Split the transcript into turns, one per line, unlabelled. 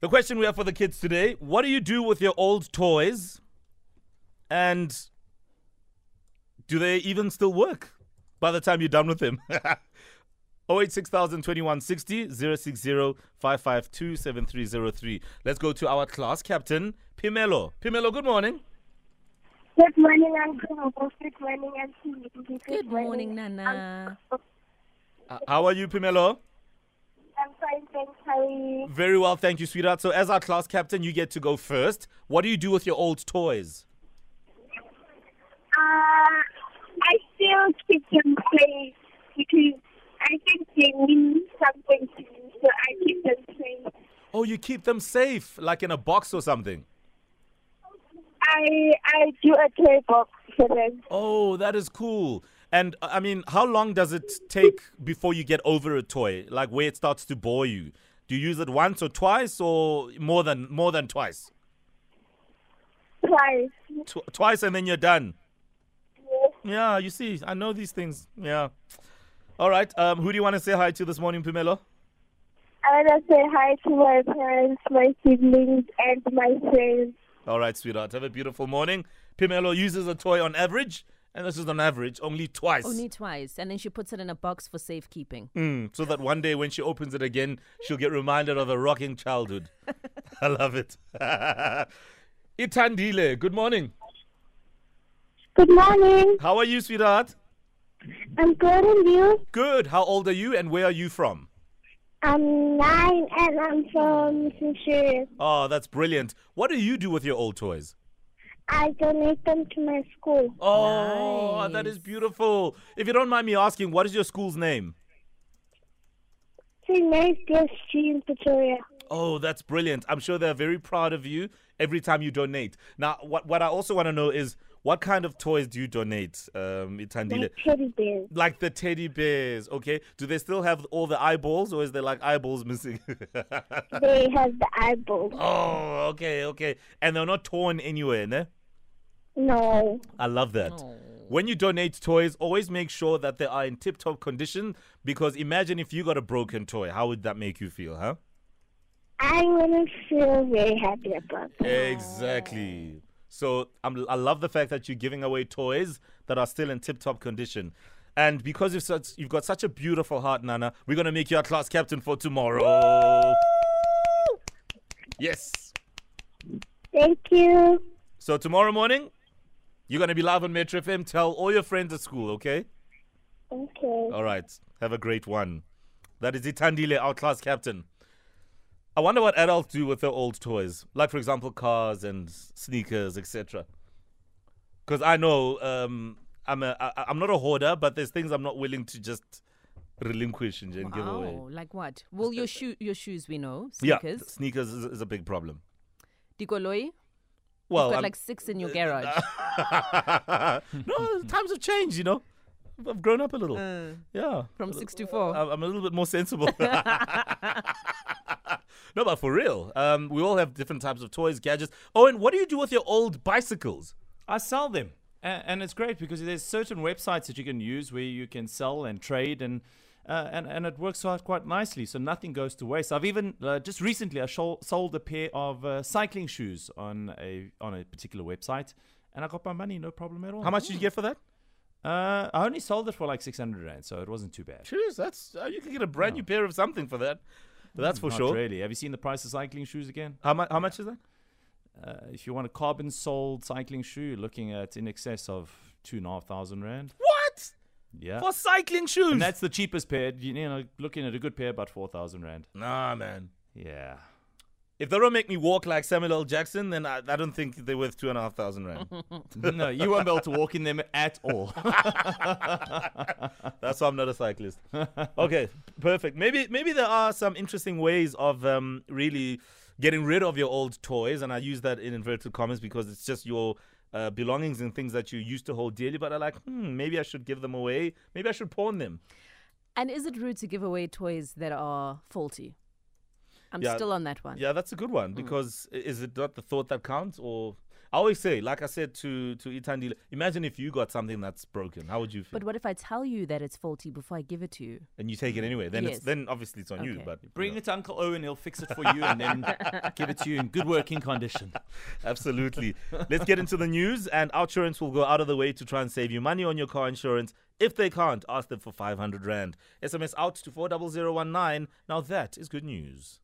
The question we have for the kids today What do you do with your old toys? And do they even still work by the time you're done with them? 086,000 2160 060 552 7303. Let's go to our class captain, Pimelo. Pimelo, good morning.
Good morning, Uncle. Good morning, Auntie.
Good morning, Nana.
Uncle.
Uh, How are you, Pimelo?
I'm fine, thanks. How are you?
Very well, thank you, sweetheart. So, as our class captain, you get to go first. What do you do with your old toys?
Uh, I still keep them safe because I think they mean something to me, so I keep them safe.
Oh, you keep them safe, like in a box or something.
I I do a toy box for them.
Oh, that is cool. And uh, I mean, how long does it take before you get over a toy? Like where it starts to bore you? Do you use it once or twice, or more than more than twice?
Twice.
Tw- twice, and then you're done. Yeah, you see, I know these things. Yeah. All right. Um, who do you want to say hi to this morning, Pumelo?
I want to say hi to my parents, my siblings, and my friends.
All right, sweetheart. Have a beautiful morning. Pimelo uses a toy on average, and this is on average only twice.
Only Oh, twice, and then she puts it in a box for safekeeping.
Mm, so that one day when she opens it again, she'll get reminded of a rocking childhood. I love it. Itandile, good morning.
Good morning.
How are you, sweetheart?
I'm good, and you?
Good. How old are you and where are you from?
I'm nine, and I'm from Centurion.
Oh, that's brilliant. What do you do with your old toys?
I donate them to my school.
Oh, that is
Nice.
beautiful. If you don't mind me asking, what is your school's name?
It's a nice DSG in Pretoria.
Oh, that's brilliant. I'm sure they're very proud of you every time you donate. Now, what, what I also want to know is what kind of toys do you donate, um, Itandile?
Like teddy bears.
Like the teddy bears, okay? Do they still have all the eyeballs or is there like eyeballs missing?
They have the eyeballs.
oh, okay, okay. And they're not torn anywhere, no?
No.
I love that. When you donate toys, always make sure that they are in tip top condition because imagine if you got a broken toy. How would that make you feel, huh?
I wouldn't feel very happy about that.
Exactly. So I'm, I love the fact that you're giving away toys that are still in tip-top condition, and because you've such, you've got such a beautiful heart, Nana, we're gonna make you our class captain for tomorrow. Yes.
Thank you.
So tomorrow morning, you're gonna be live on Metro FM. Tell all your friends at school, okay?
Okay.
All right. Have a great one. That is Itandile, our class captain. I wonder what adults do with their old toys, like for example cars and sneakers, etc. Because I know um, I'm a I, I'm not a hoarder, but there's things I'm not willing to just relinquish and, and give away.
Wow, Oh, like what? Well, your shoe, your shoes, we know.
Yeah,
Sneakers.
sneakers is, is a big problem.
Dikoloi.
Well,
You've
Oh,
got
I'm-
like six in your garage.
no, times have changed. You know, I've grown up a little.
Uh.
yeah,
From six to four.
I'm I'm a little bit more sensible. no, but for real, um, we all have different types of toys, gadgets. Oh, and what do you do with your old bicycles?
I sell them, and, and it's great because there's certain websites that you can use where you can sell and trade, and uh, and and it works out quite nicely. So nothing goes to waste. I've even uh, just recently I shol- sold a pair of uh, cycling shoes on a on a particular website, and I got my money, no problem at all.
How much did you get for that?
Uh, I only sold it for like six hundred rand, so it wasn't too bad.
Cheers, that's uh, you can get a brand new pair of something for that. That's for
Not
sure.
really. Have you seen the price of cycling shoes again?
How much? How much is that?
Uh, if you want a carbon soled cycling shoe, you're looking at in excess of two and a half thousand rand.
What
Yeah.
for cycling shoes?
Uh, And that's the cheapest pair. You you know, looking at a good pair, about 4,000 Rand.
nah, man.
Yeah.
If they don't make me walk like Samuel L. Jackson, then I, I don't think they're worth two and a half thousand rand.
No, you won't be able to walk in them at all.
That's why I'm not a cyclist. okay, perfect. Maybe maybe there are some interesting ways of um, really getting rid of your old toys, and I use that in inverted commas because it's just your uh, belongings and things that you used to hold dearly, but are like, hmm, maybe I should give them away. Maybe I should pawn them.
And is it rude to give away toys that are faulty? I'm
Yeah,
still on that one. Mm.
Yeah, that's a good one because i- is it not the thought that counts, or I always say, like I said to to Itandile, imagine if you got something that's broken. How would you feel?
But what if I tell you that it's faulty before I give it to you?
and you take it anyway. Then it's
Yes.
then obviously it's on you.
Okay.
But you
Bring
know.
it to Uncle Owen, he'll fix it for you and then give it to you in good working condition.
Absolutely. Let's get into the news, and Outsurance will go out of the way to try and save you money on your car insurance. If they can't, ask them for 500 Rand. SMS out to 40019. Now that is good news.